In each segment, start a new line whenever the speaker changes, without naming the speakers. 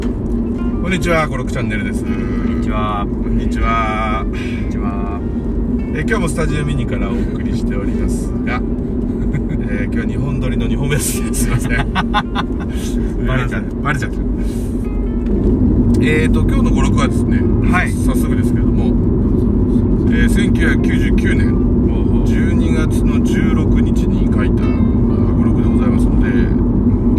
こんにちは、コロクチャンネルです。こん
こんにちは。こん
にちは。
にちは。
え今日もスタジオミニからお送りしております が、えー今日は2本撮りの2本目ですね。すいません。
バレちゃう
バレちゃった。えーと、今日の5、6はですね、
はい
早速ですけれども、えー1999年12月の16日に書いた5、6でございますので、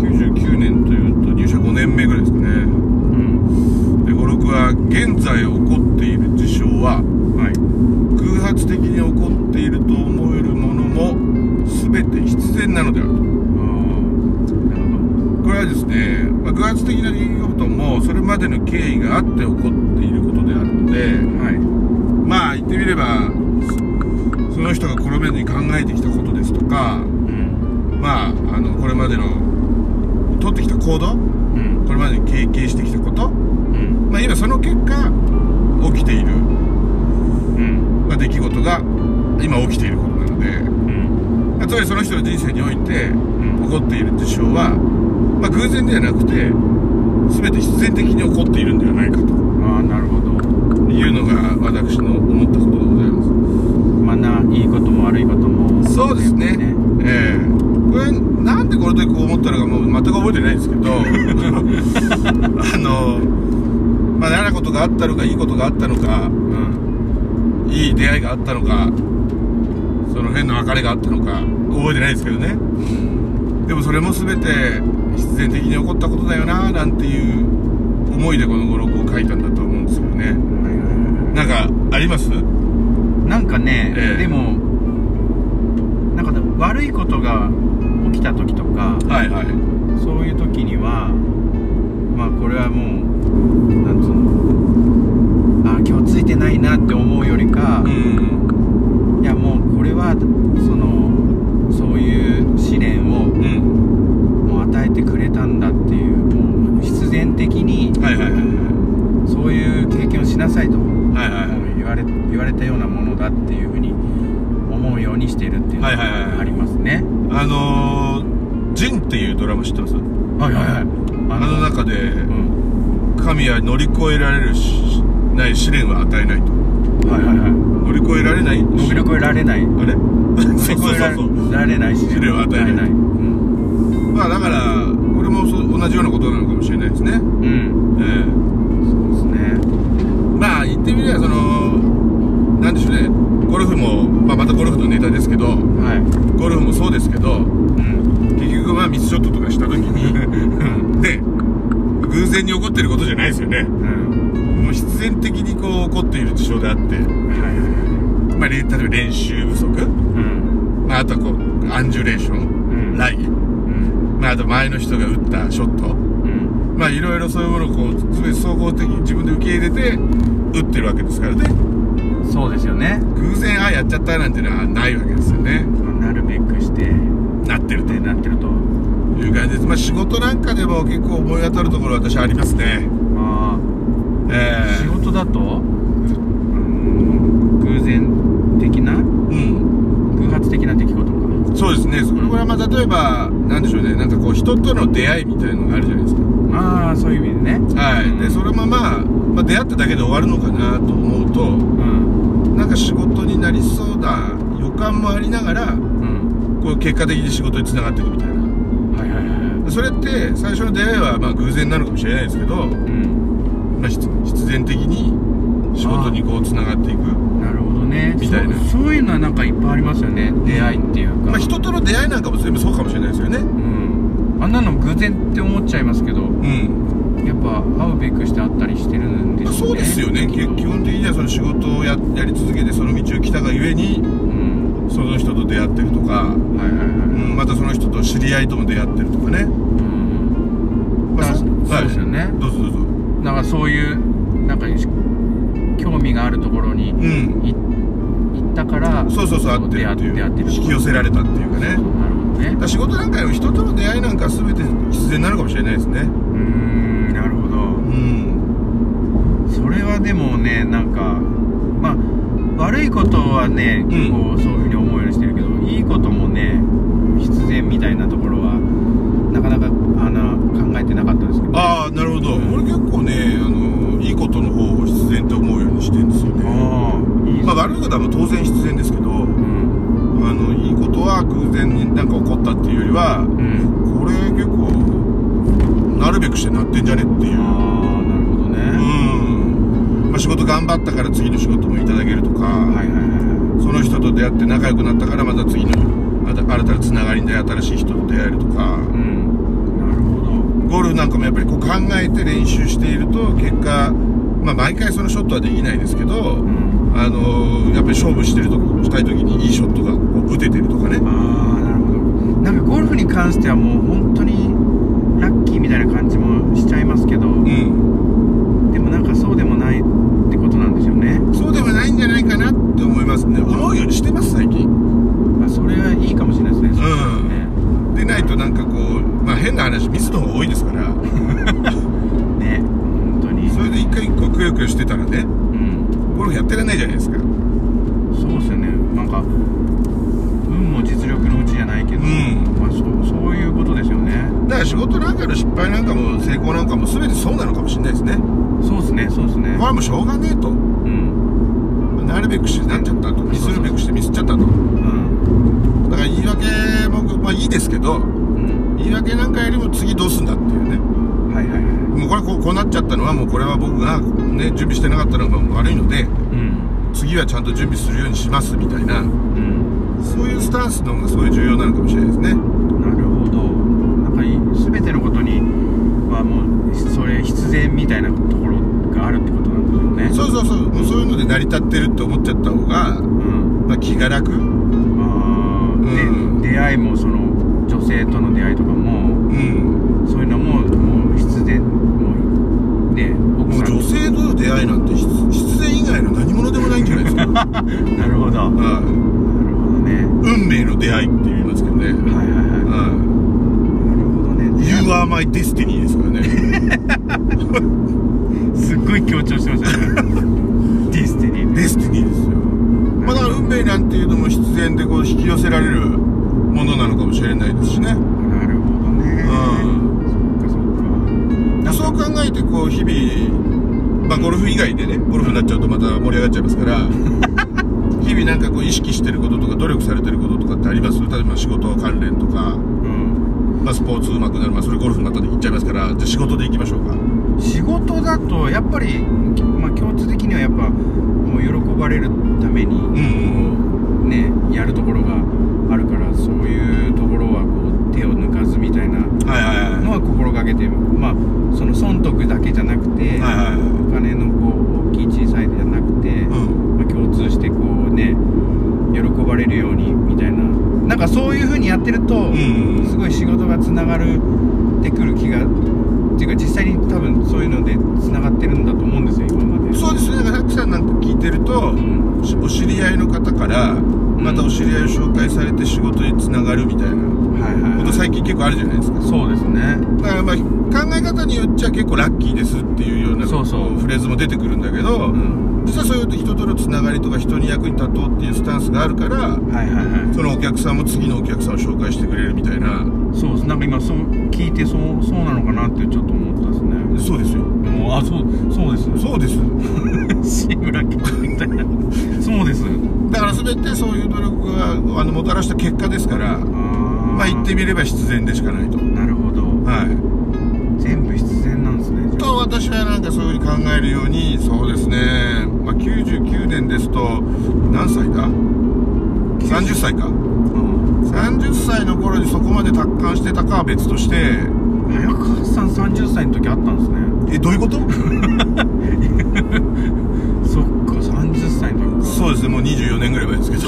99年というと入社5年目ぐらいですかね。
うん。
で語録は現在起こっている事象は
はい。
偶発的に起こっていると思えるものも全て必然なのである
あーなる
と
ほ
これはですね、まあ、偶発的な出来事もそれまでの経緯があって起こっていることであるので
ど。はい。
まあ言ってみればその人がこれまでに考えてきたことですとか
うん。
まああのこれまでの取ってきた行動
うん。
これまでに経験してきたこと、
うん。
まあ、今その結果起きている
うん。
まあ、出来事が今起きていることなので
うん。
まあつまりその人の人生において
ん
起こっている事象は、まあ、偶然ではなくて全て必然的に起こっているんではないかと
ああ、なるほど。
いうのが私の思ったことでございま
まあな、いいことも悪いことも。
すそうですね
ね
ええこれなんでこの時こう思ったのかもう全く覚えてないんですけど あのまあ嫌なことがあったのかいいことがあったのか
うん。
いい出会いがあったのかその変な別れがあったのか覚えてないですけどねでもそれも全て必然的に起こったことだよななんていう思いでこの語録を書いたんだと思うんですけどね
はいはいはいは
なんかあります
いなんかね、
ええ
でも、なんか悪いことが起きた時とか、
はいはい
そういう時には、まあこれはもう、なんつうの、ああ、今日ついてないなって思うよりか、
うん
いやもうこれはそのそういう試練を
うん
もう与えてくれたんだっていうもう必然的に
はいはいはい
そういう経験をしなさいともう
はいはいはい
言われ言われたようなものだっていうふうに思うようにしてるっていうの
はいはいはいはい
がありますね。
あのー「ジン」っていうドラマ知ってます
はいはいはい
あの中で
うん
神は乗り越えられるしない試練は与えないと
はいはいはい
乗り越えられない
乗り越えられない
あれ そこそう
乗り越えられ
そう
られないし
それは与えない
うん
まあだからこれもそう同じようなことなのかもしれないですね、
うん
ええ
そうですね
まあ言ってみればそのなんでしょうねゴルフも、まあ、またゴルフのネタですけど
はい
ゴルフもそうですけど
うん
結局まあミスショットとかした時に で偶然に起こってることじゃないですよね
うん
もう必然的にこう起こっている事象であって、
はいはいは
まあ、れ例えば練習不足、
いうん
まあ、あとはこうアンジュレーショ
う
ン
ん
ライン、
うん
まあ、あと前の人が打ったショット
うん
まあいろいろそういうものをこう全て総合的に自分で受け入れて打ってるわけですからね
そうですよね
偶然ああやっちゃったなんてのはないわけですよね
なるべくして
なってると
で
いう
なってると
感じですまあ仕事なんかでも結構思い当たるところは私ありますね
あ
え
あ
え
仕事だとうーん偶然的な
うん
偶発的な出来事か
そうですねそれはまあ例えばなんでしょうねなんかこう人との出会いみたいなのがあるじゃないですか
ああそういう意味でね
はいでそれもまあ、まあ、出会っただけで終わるのかなと思うと
うん
なんか仕事になりそうな予感もありながら
うん
こう結果的に仕事につながっていくみたいな
はいはいはいはい
それって最初の出会いはまあ偶然なのかもしれないですけど、
うん
まあ、必必然的に仕事にこうつながっていく
なるほどね
みたいな
そうそういうのはなんかいっぱいありますよね出会いっていうか
まあ、人との出会いなんかも全部そうかもしれないですよね
うんあんなの偶然って思っちゃいますけど
うん、
やっぱ会うべくして会ったりしてるんでし
ま
ょ
あ、そ
うね
うですよね
き
基
っと
基本的にはその仕事をややり続けてその道を来たがゆえに
うん
その人と出会ってるとか、
はいはいはい、
うん、またその人と知り合いとも出会ってるとかね、
うん
ま
だから
あ、
そうですよね
はい、どうぞどうぞ
なんかそういうなんか興味があるところに
うん
い行ったから
そうそうそうあってるってい
出会って
う
る
引き寄せられたっていうかねだか
なるほどね
ら仕事なんかより人との出会いなんかは全て必然なのかもしれないですね
うーんなるほど
うん
それはでもねなんかまあ悪いことはね、
うん
こうそういうふうに思うようにしてるけどいいこともね必然みたいなところはなかなかあの考えてなかったですけど
ああなるほど、
うん
俺結構ねあの偶然になんか起こったっていうよりは
うん
これ結構なるべくしてなってんじゃねっていう
ああなるほどね
うん、まあ、仕事頑張ったから次の仕事もいただけるとか、
はいはいはいは
その人と出会って仲良くなったからまた次のあた新たなつながりで新しい人と出会えるとか
いうんなるほど
ゴルフなんかもやっぱりこう考えて練習していると結果、まあ、毎回そのショットはできないですけど、
うん
あのーやっぱり勝負してるとしたい時にいいショットがこう打ててるとかね
ああなるほどなんかゴルフに関してはもう本当にラッキーみたいな感じもしちゃいますけど、
うん
でもなんかそうでもないってことなんですよね
そうではないんじゃないかなって思いますね思うようにしてます最近
あそれはいいかもしれないですね、
うんでないとなんかこう、まあ、変な話ミスの方が多いですから
ねね本当に
それで一回一個くよくよしてたらね
うん
ゴルフやってらんないじゃないですか
そうですよねなんか運も実力のうちじゃないけど、
うん
まあ、そうそういうことですよね
だから仕事なんかの失敗なんかも成功なんかも全てそうなのかもしれないですね
そうですねそうですね
これはもうしょうがねえと
うん
なるべくしてなっちゃったとミスるべくしてミスっちゃったと
うん
だから言い訳もまあいいですけど
うん
言い訳なんかよりも次どうすんだっていうね
はいはいはい
もうこれこうこうなっちゃったのはもうこれは僕がね準備してなかったのが悪いので
うん
次はちゃんと準備するようにしますみたいな
うん
そういうスタンスの方がすごい重要なのかもしれないですね
なるほどなんかい全てのことにはもうそれ必然みたいなところがあるってことなんですよね
そうそうそうもうそういうので成り立ってるって思っちゃった方が、
うん
まあ、気が楽う
あ
うん
ーで出会いもその女性との出会いとかも
ん
そういうのももう必然もうね奥
もう
さん
女性との出会いなんて必必然以外の何者でもないんじゃないですか、はい
なるほどなるほどね
運命の出会いって言いますけどね、
はいはいはい
は
なるほど
い、
ね
You are my destiny ですからね
すっごい強調して ましたねディスティニー
デスティニーですよ、まあ、だから運命なんていうのも必然でこう引き寄せられるものなのかもしれないですしね
なるほどね
う
そっかそっ
だからそう考えてこう日々、まあ、ゴルフ以外でねゴルフになっちゃうとまた盛り上がっちゃいますから日々なんかこう意識してることとか努力されてることとかってあります例えば仕事関連とか、
かうん
まあ、スポーツうまくなる、まあ、それゴルフになった時行っちゃいますからじゃあ仕事で行きましょうか
仕事だとやっぱり、まあ、共通的にはやっぱもう喜ばれるため
う
に
ん
ね、やるところがあるからそういうところはこう手を抜かずみたいな
うんはいはいはい
のは心がけてまあその損得だけじゃなくて、
はいはい
お金のこう大きい小さいじゃなくて、
うん
まあ、共通してこうね喜ばれるようにみたいななんかそういうふうにやってると、
ん
すごい仕事がつながるってくる気がっていうか実際に多分そういうのでつながってるんだと思うんですよ今まで。
そうですねだからさきさんなんか聞いてると
うん
しお知り合いの方からまたお知り合いを紹介されて仕事につながるみたいな
はいはい
こ
は
と
い
最近結構あるじゃないですか
そうですね
だからまあ考え方によっちゃ結構ラッキーですっていうような
そうそう
こフレーズも出てくるんだけど、
ん
実はそういう人とのつながりとか人に役に立とうっていうスタンスがあるから
はいはいはい
そのお客さんも次のお客さんを紹介してくれるみたいな
そうですなんか今そう聞いてそうそうなのかなってちょっと思ったですね
そうですよ
もうあそうそうです
そうです
志村けんみたいな そうです
だから全てそういう努力があのもたらした結果ですから
あ
ま
ま
あ言ってみれば必然でしかないと
なるほど
はい
全部必然なんですねじゃあ
と私はなんかそういうふうに考えるようにそうですね、まあ、99年ですと何歳だ30歳か
うん
30歳の頃にそこまで達観してたかは別として
早川さん30歳の時あったんですね
えどういうこと
そっか30歳の時か
そうですねもう24年ぐらい前ですけ ど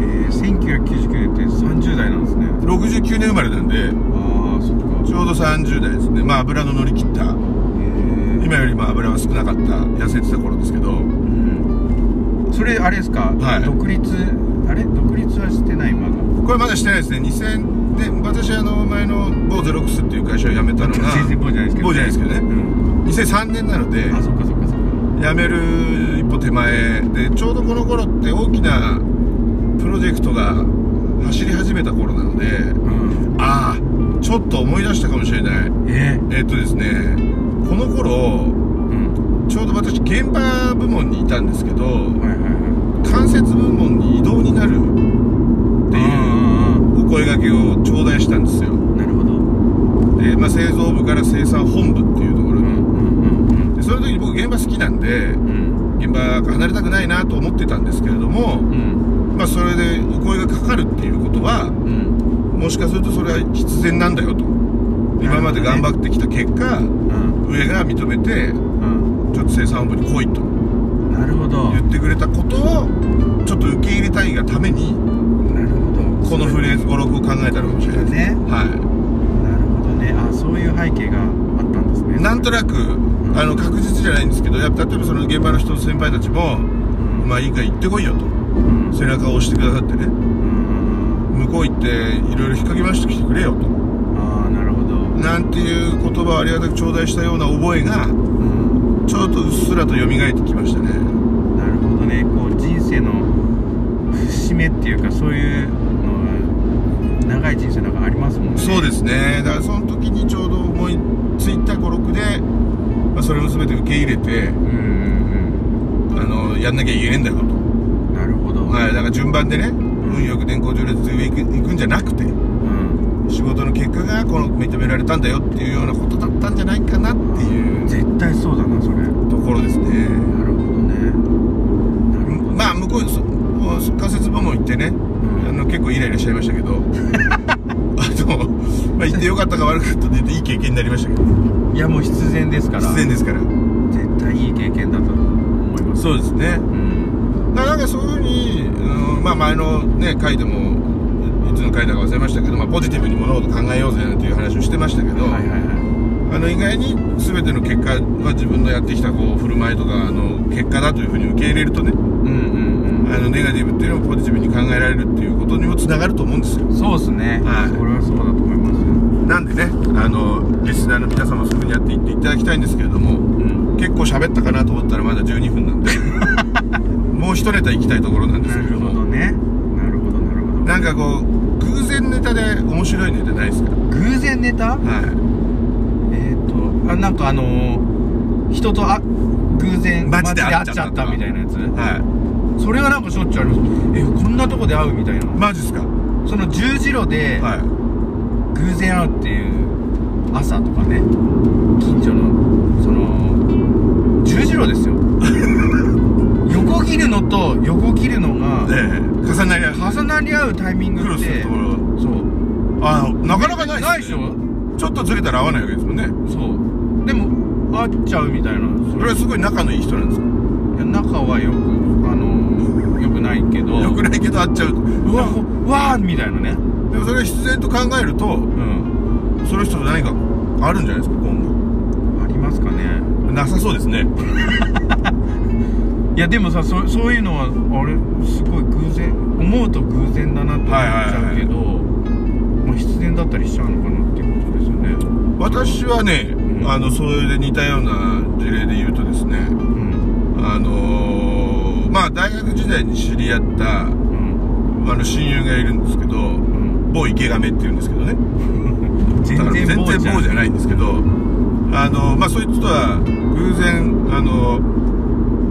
えー、1999年って30代なんですね
69年生まれなんで
ああそっか
ちょうど30代ですねまあ油の乗り切った
えー
今よりまあ油は少なかった痩せてた頃ですけど
うんそれあれですか、
はい
独立あれ独立はしてないまだ
これまだしてないですね2000で私あの前の某ゼロックスっていう会社を辞めたの が
全然棒じゃないですけど
棒じゃないですけどね
うん
2003年なので
あそっかそっかそっか
辞める一歩手前でちょうどこの頃って大きなプロジェクトが走り始めた頃なので
うん
ああちょっと思い出したかもしれない
え
えっとですねこの頃
うん
ちょうど私現場部門にいたんですけど
はいはいはい
関節部門に移動になるってい畑を頂戴したんですよ
なるほどうん
で、まあ、製造部から生産本部っていうところ
う
に
ん
でその時に僕現場好きなんで
うんうん
現場から離れたくないなと思ってたんですけれども、
うん
まあ、それでお声がかかるっていうことは
うん
もしかするとそれは必然なんだよと今まで頑張ってきた結果
うん
上が認めて
うん
ちょっと生産本部に来いと
うんなるほど
言ってくれたことをちょっと受け入れたいがために
なるほど
このフレーズ語録を考えたのかもしれないです
ね
は
なるほどねあそういう背景があったんですね
いなんとなく
ん
あの確実じゃないんですけどやっぱ例えばその現場の人の先輩たちも
うん
まあいいから行ってこいよと
うん
背中を押してくださってね
うん
向こう行っていろいろ引っ掛け回してきてくれよと
ああなるほど
なんていう言葉をありがたく頂戴したような覚えが
うん
ちょっとうっすらと蘇ってきましたね
なるほどねこう人生の節目っていうかそういうのが長い人生なんかありますもんね
そうですねだからその時にちょうど思いついた語録で、まあ、それも全て受け入れて
うんうん
あのやんなきゃいけねえんだよと
うんなるほど
はい、だから順番でね、運よく年功序列上行く行くんじゃなくて、
うん
仕事の結果がこの認められたんだよっていうようなことだったんじゃないかなっていう
絶対そうだなそれなる
ところですね。
ほどねなるほど
まあ、向こうにそ、もう仮設部門行ってね、あの結構イライラしちゃいましたけど、あ の、まあ、行ってよかったか悪かったでいい経験になりましたけど、
いやもう必然ですから
必然ですから。
絶対いい経験だと思います
そうですね。
うん
だからなんかそういうふうに、うんまあ前のね、回でも、いつの回だか忘れましたけど、まあポジティブに物事考えようぜなんていう話をしてましたけど、
はいはいはい
あの意外に全ての結果は自分のやってきたこう振る舞いとかあの結果だというふうに受け入れるとね
うんうん
あのネガティブっていうのをポジティブに考えられるっていうことにもつながると思うんですよ
うんそうですね
はい
これはそうだと思います
なんでねあのリスナーの皆様そういうふうにやっていっていただきたいんですけれども
うん
結構喋ったかなと思ったらまだ12分 なんでもう一ネタ行きたいところなんです
な
けれ
る
ど
ほ
も
どねなるほどなるほ
なんかこう偶然ネタで面白いネタないですか
ど偶然ネタ
は
えっ、とあなんかあのー人とあ偶然
街で会っ
街
ちゃったとか
みたいなやつ
いは
それはなんかしょっちゅうありますえこんなとこで会うみたいない
マジですか
その十字路で
は
偶然会うっていう朝とかね近所のその十字路で すよ横切るのと横切るの
い
が
ええ重なり合う
重なり合うタイミング
苦労
っ
する
て
ところ
そう
あなかなかない
ないで
です
し
ね
ょ
ちょっとずれたら合わないわけですもんね
そうでも会っちゃうみたいな
そ
そ
れはすごい仲のいい人なんですか
いや仲はよくあのよくないけど
よくないけど会っちゃう
うわうわーみたいなね
でもそれは必然と考えると
うん
その人と何かあるんじゃないですか今
ありますかね
後なさそうですね
いやでもさそそういうのはあれすごい偶然思うと偶然だなと思っちゃうけど、まあ、必然だったりしちゃうのかなっていうことですよね
私はね、
ん
あのそれで似たような事例で言うとですね
うん
あのー、まあ大学時代に知り合ったあ
うん
の親友がいるんですけど
うん
某池亀っていうんですけどね
全
だから
然
全
棒じ
然
ゃ
棒
ん
じゃないんですけどあのまあそいつとは偶然あの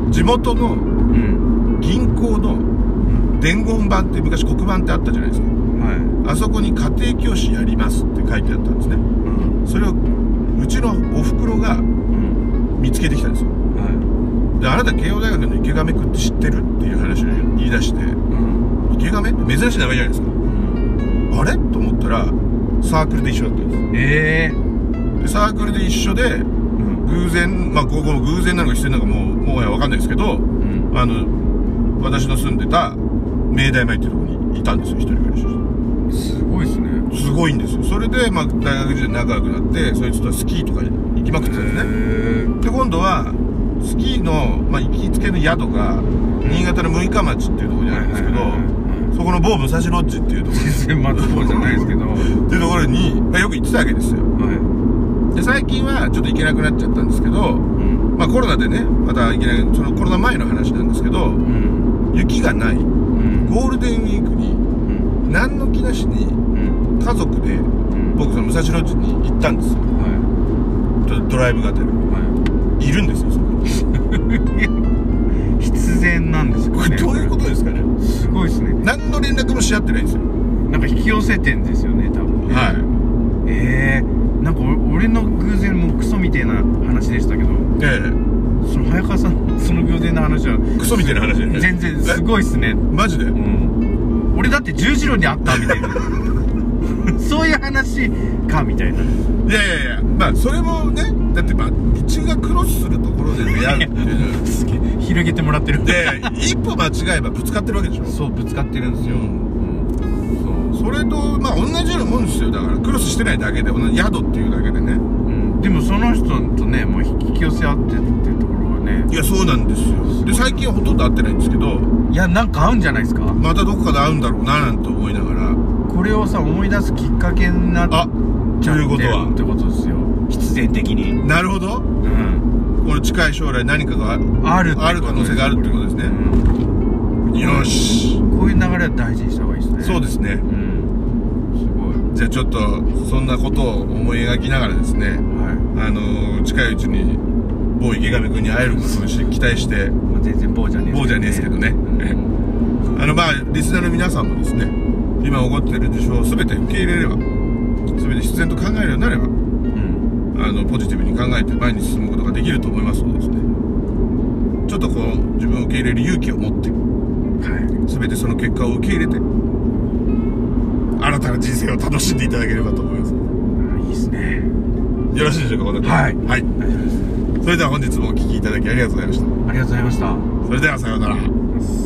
地元の
うん
銀行の伝言板って昔黒板ってあったじゃないですか
はい、
あそこに家庭教師やりますって書いてあったんですね
うん
それをうちのおふくろが
うん
見つけてきたんですよ
は
であなた慶応大学の池亀くんって知ってるっていう話を言い出して
いうん
池亀って珍しい名前じゃないですか
うん
あれと思ったらサークルで一緒だったんで
ええ
すでサークルで一緒で
うん
偶然まあここも偶然なのか必然なのかもうもはや分かんないですけど
うん
あの私の住んでた明大前っていうところにいたんですよ一人暮らしして
すごいですね
すごいんですよそれで、まあ、大学時代仲良くなってそいつとはスキーとか行きまくってたんですね
へ
で今度はスキーの、まあ、行きつけの宿が新潟の六日町っていうところにあるんですけど
はいはいはいは
そこの某武蔵ロッジっていうとこ
全然まともじゃないですけどはい
ろっていうところに、まあ、よく行ってたわけですよで最近はちょっと行けなくなっちゃったんですけど、
うん
まあ、コロナでねまた行けないそのコロナ前の話なんですけど
うん
雪がない
うん
ゴールデンウィークに
うん
何の気なしに
うん
家族で
うん
僕その武蔵ロッジに行ったんですよ
は
ちょっとドライブがてら
いはい
いるんですよ そこに
必然なんです
こ
か
れ
ね
どういうことですかね
すごいですね
何の連絡もし合ってないんですよ
なんか引き清瀬店ですよね多分ね
は
えー、なんか俺俺の偶然もクソみてえな話でしたけど
いえ
その早川さんの その偶然の話は
えクソみたいな話だよね
全然すごいっすね
えマジで
うん俺だって十字路にあったみたい なそういう話かみた
やい
いない
やいやまあそれもねだってまあ道がクロスするところで出会うって いう
すげえ広げてもらってる
で一歩間違えばぶつかってるわけでしょ
そうぶつかってるんですよ、
う
うん
それとまあ同じようなもんですよだからクロスしてないだけで同じ宿っていうだけでね
そう、うん、でもその人とねもう引き寄せ合ってるっていうところがね
いやそうなんですよで最近はほとんど会ってないんですけど
いやなんか合うんじゃないですか
またどこかで会うんだろうななんて思いながら
これをさ思い出すきっかけになっ
あ
ちゃ
という
っ
こ
て
とは
るってことですよ必然的に
なるほどこ
うん
の近い将来何かが
あるってこと
ある可能性があるってことですねよし
うんこういう流れは大事にした方がいいですね
そうですすね
うんすごい
じゃあちょっとそんなことを思い描きながらですね
はい、
あのー近いうちに某池上君に会えることをし期待して
まあ、全然棒じゃねえ
某じゃねえですけどね
うん
あのまあリスナーの皆さんもですね今起こっている事象を全て受け入れれば全て必然と考えるようになれば
うん
あのポジティブに考えて前に進むことができると思いますのでですねちょっとこう自分を受け入れる勇気を持って
はい
全てその結果を受け入れて新たな人生を楽しんでいただければと思います
あいいですね
よろしいでしょうかこの
はい
はい、
大丈夫です
それでは本日もお聴きいただきありがとうございまし
ありがとうございました
たそれではさようなら
ます